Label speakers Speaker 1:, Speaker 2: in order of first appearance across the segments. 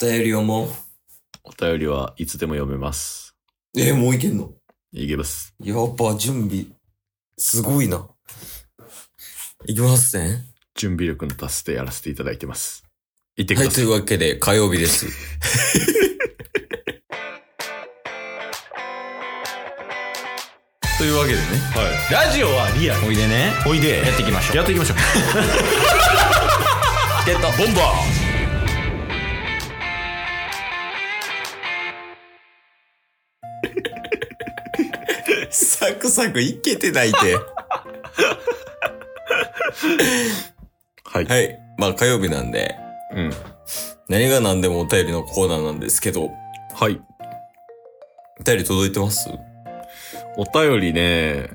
Speaker 1: 便りをもう。
Speaker 2: お便りはいつでも読めます。
Speaker 1: えーもういけんの
Speaker 2: いけます。
Speaker 1: やっぱ準備、すごいな。いきますね。
Speaker 2: 準備力の達成やらせていただいてます。行ってく
Speaker 1: はい、
Speaker 2: だ
Speaker 1: と
Speaker 2: さ
Speaker 1: い
Speaker 2: い。
Speaker 1: うわけで火曜日です。
Speaker 2: というわけでね。はい。ラジオはリアル。
Speaker 3: おいでね
Speaker 2: おいで。
Speaker 3: やっていきましょう
Speaker 2: やってい きましょう。
Speaker 3: ゲット
Speaker 2: ボンバ
Speaker 1: サクサクいけてないて。
Speaker 2: ーはい。
Speaker 1: はい。まあ火曜日なんで、
Speaker 2: うん。
Speaker 1: 何が何でもお便りのコーナーなんですけど、
Speaker 2: はい。
Speaker 1: お便り届いてます
Speaker 2: お便りね、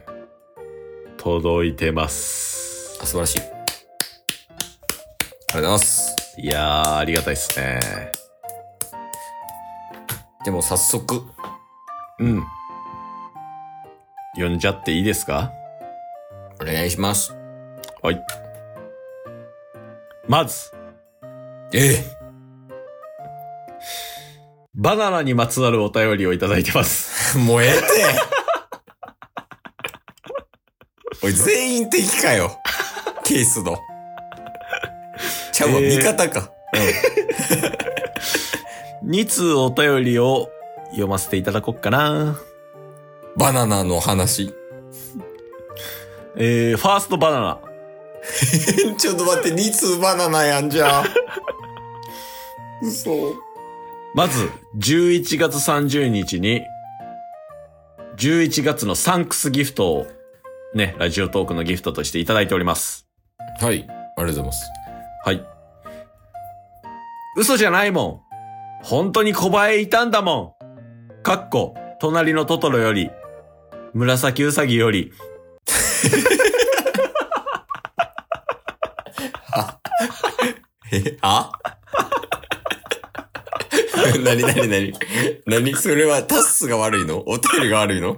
Speaker 2: 届いてます。
Speaker 1: あ、素晴らしい。ありがとうございます。
Speaker 2: いやー、ありがたいっすね。
Speaker 1: でも早速、
Speaker 2: うん。読んじゃっていいですか
Speaker 1: お願いします。
Speaker 2: はい。まず、
Speaker 1: え え
Speaker 2: バナナにまつわるお便りをいただいてます。
Speaker 1: もうええって。 おい、全員敵かよ。ケースの。ちゃうわ、
Speaker 2: えー
Speaker 1: 味方か。
Speaker 2: 2通お便りを読ませていただこうかな。
Speaker 1: バナナの話。
Speaker 2: えー、ファーストバナナ。
Speaker 1: ちょっと待って、2通バナナやんじゃん。嘘。
Speaker 2: まず、11月30日に、11月のサンクスギフトを、ね、ラジオトークのギフトとしていただいております。
Speaker 1: はい、ありがとうございます。
Speaker 2: はい。嘘じゃないもん。本当に小林いたんだもん。かっこ、隣のトトロより、紫うさぎより、
Speaker 1: え、あ なになになになにそれはタッスが悪いのお便りが悪いの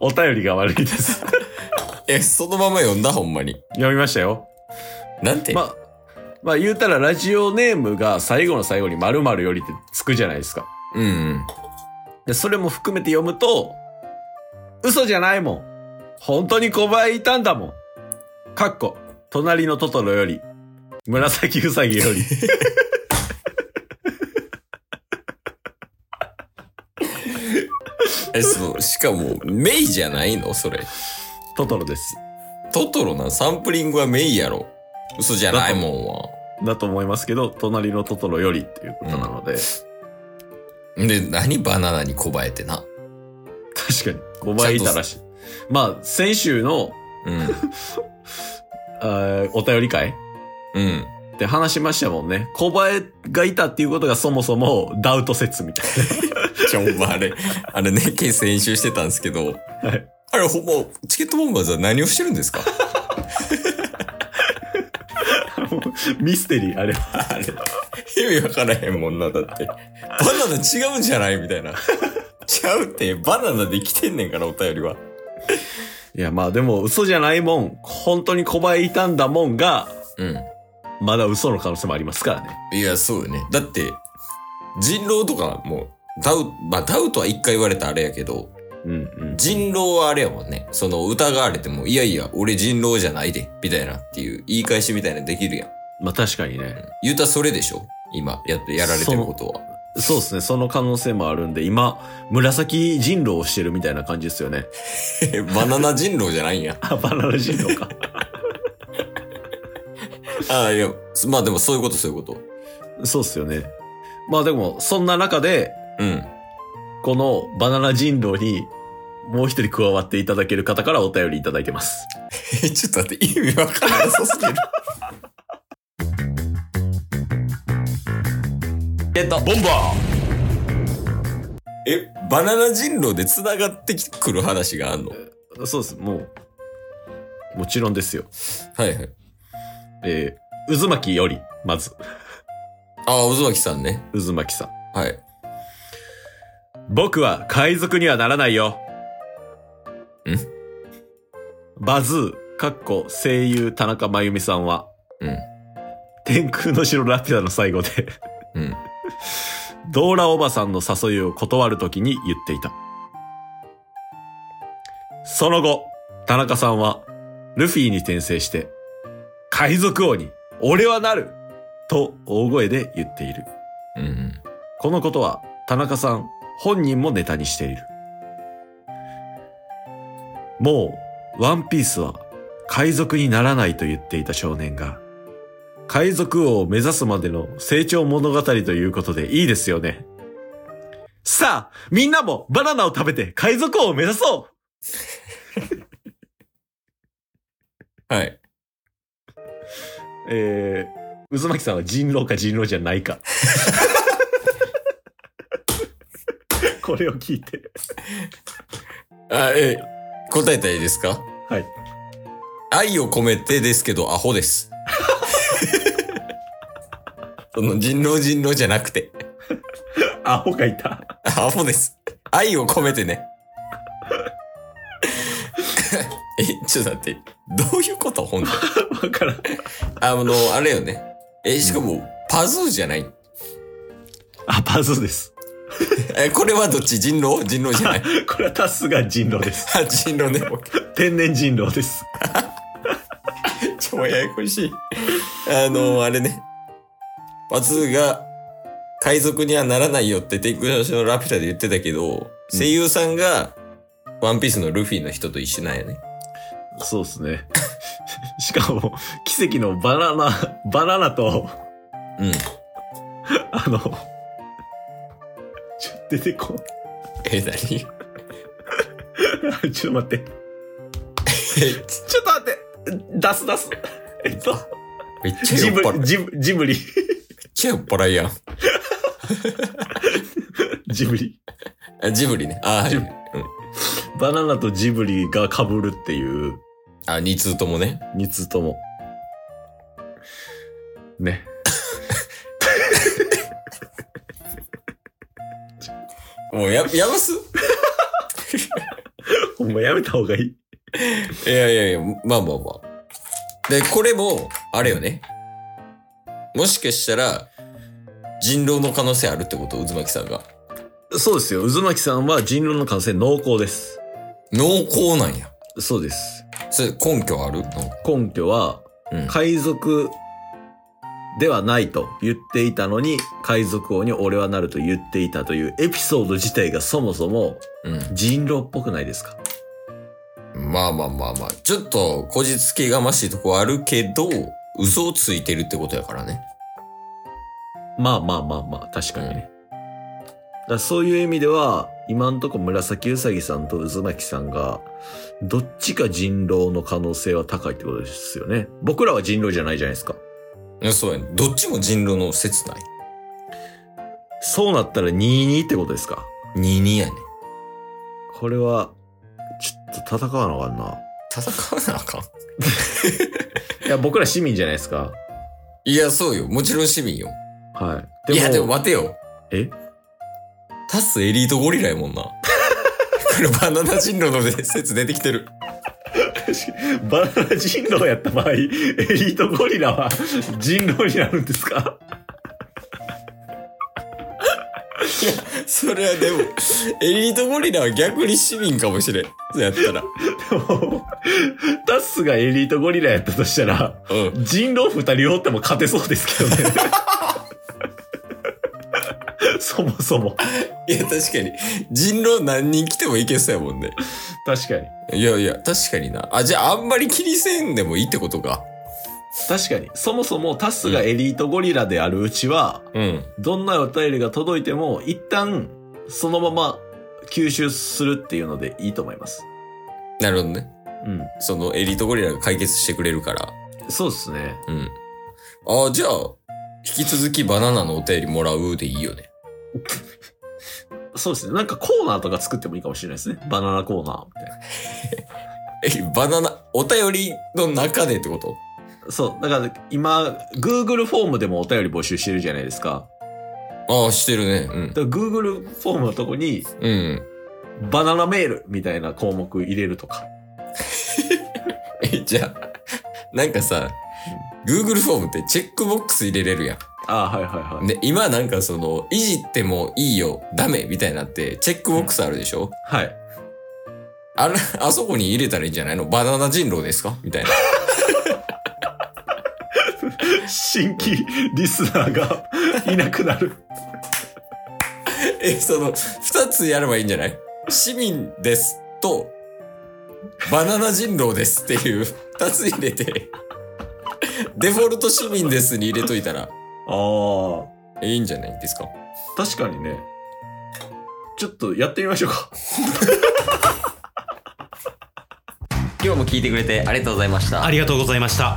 Speaker 2: お便りが悪いです。
Speaker 1: え、そのまま読んだほんまに。
Speaker 2: 読みましたよ。
Speaker 1: なんて、
Speaker 2: まあ、まあ言うたらラジオネームが最後の最後に〇〇よりってつくじゃないですか。
Speaker 1: うんうん。
Speaker 2: で、それも含めて読むと、嘘じゃないもん。本当に小林いたんだもん。かっこ、隣のトトロより、紫うさぎより。
Speaker 1: え、そう、しかも、メイじゃないのそれ。
Speaker 2: トトロです。
Speaker 1: トトロな、サンプリングはメイやろ。嘘じゃないもんは。
Speaker 2: だと思いますけど、隣のトトロよりっていうことなので、
Speaker 1: で、何バナナにこばえてな。
Speaker 2: 確かに5倍いたらしい。まあ、先週の、
Speaker 1: うん。
Speaker 2: あーお便り会
Speaker 1: うん。
Speaker 2: って話しましたもんね。小林がいたっていうことがそもそもダウト説みたい
Speaker 1: じゃあ、お前あれ、あれね、ケース編集してたんですけど。
Speaker 2: はい
Speaker 1: あれ、ほんま、チケットボンバーズは何をしてるんですか
Speaker 2: な。もう ミステリー、あれは。
Speaker 1: あれ、意味わからへんもんな、だって。バナナ違うんじゃないみたいな。ちゃうって、バナナできてんねんから、お便りは。
Speaker 2: いや、まあでも嘘じゃないもん。本当に小林いたんだもんが、
Speaker 1: うん。
Speaker 2: まだ嘘の可能性もありますからね。
Speaker 1: いや、そうよね。だって、人狼とかもう、ダウ、まあ、ダウトは一回言われたあれやけど、
Speaker 2: うんうん。
Speaker 1: 人狼はあれやもんね。その疑われても、いやいや、俺人狼じゃないで、みたいなっていう言い返しみたいなのできるやん。
Speaker 2: まあ確かにね。
Speaker 1: 言うたらそれでしょ今、やって、やられてることは。
Speaker 2: そうですね。その可能性もあるんで、今、紫人狼をしてるみたいな感じですよね。
Speaker 1: バナナ人狼じゃないんや。
Speaker 2: あ、 バナナ人狼か。
Speaker 1: ああ、いや、すまあでもそういうことそういうこと。
Speaker 2: そうっすよね。まあでも、そんな中で、
Speaker 1: うん。
Speaker 2: このバナナ人狼に、もう一人加わっていただける方からお便りいただいてます。
Speaker 1: え、 ちょっと待って、意味わからなさすぎる。
Speaker 2: ゲットボンバー
Speaker 1: え、バナナ人狼で繋がってくる話があんの
Speaker 2: そうです、もう。もちろんですよ。
Speaker 1: はいはい。
Speaker 2: えー、渦巻きより、まず、
Speaker 1: ああ、渦巻さんね。
Speaker 2: 渦巻きさん。
Speaker 1: はい。
Speaker 2: 僕は海賊にはならないよ。
Speaker 1: ん
Speaker 2: バズー、かっこ声優田中真由美さんは、
Speaker 1: うん。
Speaker 2: 天空の城ラピュタの最後で、
Speaker 1: うん。
Speaker 2: ドーラおばさんの誘いを断るときに言っていた。その後、田中さんは、ルフィに転生して、海賊王に、俺はなると大声で言っている。
Speaker 1: うん。
Speaker 2: このことは、田中さん本人もネタにしている。もう、ワンピースは、海賊にならないと言っていた少年が、海賊王を目指すまでの成長物語ということでいいですよね。さあ、みんなもバナナを食べて海賊王を目指そう
Speaker 1: はい。
Speaker 2: えー、渦巻さんは人狼か人狼じゃないか。 これを聞いて。
Speaker 1: あ、え、答えたらいいですか
Speaker 2: はい。
Speaker 1: 愛を込めてですけど、アホです。その人狼人狼じゃなくて、
Speaker 2: アホがいた。
Speaker 1: アホです。愛を込めてね。 え、ちょっと待って。どういうことほんと。
Speaker 2: わからん。
Speaker 1: あの、あれよね。え、しかも、パズーじゃない。
Speaker 2: あ、パズーです。
Speaker 1: え、これはどっち人狼人狼じゃない。
Speaker 2: これはタスが人狼です。
Speaker 1: あ、人狼ね。オッケー
Speaker 2: 天然人狼です。
Speaker 1: ちょ、ややこしい。あの、あれね。パズーが、海賊にはならないよって天空の城のラピュタで言ってたけど、声優さんが、ワンピースのルフィの人と一緒なんやね。
Speaker 2: そうですね。 しかも、奇跡のバナナ、バナナと、
Speaker 1: うん。
Speaker 2: あの、ちょ、出てこん。
Speaker 1: え、なに
Speaker 2: ちょっと待って。ちょっと待って。出す出す。えっと、
Speaker 1: めっちゃ
Speaker 2: ジ
Speaker 1: 酔っ
Speaker 2: ブ
Speaker 1: 払い。
Speaker 2: リ、
Speaker 1: めっ
Speaker 2: ジブジブリ、
Speaker 1: ちゃ酔っ払いやん。
Speaker 2: ジブリ。
Speaker 1: あジブリね。あ、はい。
Speaker 2: ジ
Speaker 1: う
Speaker 2: ブ
Speaker 1: ん
Speaker 2: リ。バナナとジブリが被るっていう、
Speaker 1: あ、二通ともね。
Speaker 2: 二つとも。ね。
Speaker 1: もうや、やばす
Speaker 2: ほんまやめた方がいい。
Speaker 1: いやいやいや、まあまあまあ。で、これも、あれよね。もしかしたら、人狼の可能性あるってこと渦巻さんが。
Speaker 2: そうですよ。渦巻さんは人狼の感染濃厚です。
Speaker 1: 濃厚なんや。
Speaker 2: そうです。
Speaker 1: それ、根拠ある
Speaker 2: 根拠は、
Speaker 1: うん
Speaker 2: 海賊ではないと言っていたのに、海賊王に俺はなると言っていたというエピソード自体がそもそも
Speaker 1: うん。
Speaker 2: 人狼っぽくないですか
Speaker 1: まあまあまあまあ。ちょっと、こじつけがましいとこあるけど、嘘をついてるってことやからね。
Speaker 2: まあまあまあまあ、確かにね。だからそういう意味では、今んとこ紫うさぎさんと渦巻さんが、どっちか人狼の可能性は高いってことですよね。僕らは人狼じゃないじゃないですか。
Speaker 1: いやそうやね。どっちも人狼の説ない。
Speaker 2: そうなったら22ってことですか
Speaker 1: 22やね。
Speaker 2: これは、ちょっと戦わなあかんな。
Speaker 1: 戦わなあかん。
Speaker 2: いや、僕ら市民じゃないですか。
Speaker 1: いや、そうよ。もちろん市民よ。
Speaker 2: はい。
Speaker 1: いや、でも待てよ。
Speaker 2: え
Speaker 1: タスエリートゴリラやもんな。これバナナ人狼の説出てきてる。
Speaker 2: バナナ人狼やった場合、エ リートゴリラは人狼になるんですか
Speaker 1: それはでも、エリートゴリラは逆に市民かもしれん。そうやったら。う
Speaker 2: でも、タッスがエリートゴリラやったとしたら、
Speaker 1: ん。
Speaker 2: 人狼二人おっても勝てそうですけどね。 そもそも。
Speaker 1: いや、確かに。人狼何人来てもいけそうやもんね。
Speaker 2: 確かに。
Speaker 1: いやいや、確かにな。あ、じゃああんまり気にせんでもいいってことか。
Speaker 2: 確かに。そもそもタッスがエリートゴリラであるうちは、
Speaker 1: うん。
Speaker 2: どんなお便りが届いても、一旦、そのまま吸収するっていうのでいいと思います。
Speaker 1: なるほどね。
Speaker 2: うん。
Speaker 1: そのエリートゴリラが解決してくれるから。
Speaker 2: そうですね。
Speaker 1: うん。あ、じゃあ、引き続きバナナのお便りもらうでいいよね。
Speaker 2: そうですね。なんかコーナーとか作ってもいいかもしれないですね。バナナコーナーみたいな。
Speaker 1: え、バナナ、お便りの中でってこと
Speaker 2: そう。だから今、Google フォームでもお便り募集してるじゃないですか。
Speaker 1: ああ、してるね。うん。
Speaker 2: だから Google フォームのとこに、
Speaker 1: うん。
Speaker 2: バナナメールみたいな項目入れるとか。
Speaker 1: え、じゃあ、なんかさ、Google フォームってチェックボックス入れれるやん。
Speaker 2: あはいはいはい。
Speaker 1: で、今なんかその、いじってもいいよ、ダメ、みたいになって、チェックボックスあるでしょ、
Speaker 2: はい。
Speaker 1: あれ、あそこに入れたらいいんじゃないのバナナ人狼ですかみたいな。
Speaker 2: 新規リスナーが いなくなる。
Speaker 1: え、その、二つやればいいんじゃない市民ですと、バナナ人狼ですっていう、二つ入れて、デフォルト市民ですに入れといたら
Speaker 2: ああ。
Speaker 1: いいんじゃないですか
Speaker 2: 確かにね。ちょっとやってみましょうか。
Speaker 3: 今日も聞いてくれてありがとうございました
Speaker 4: ありがとうございました。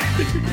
Speaker 4: す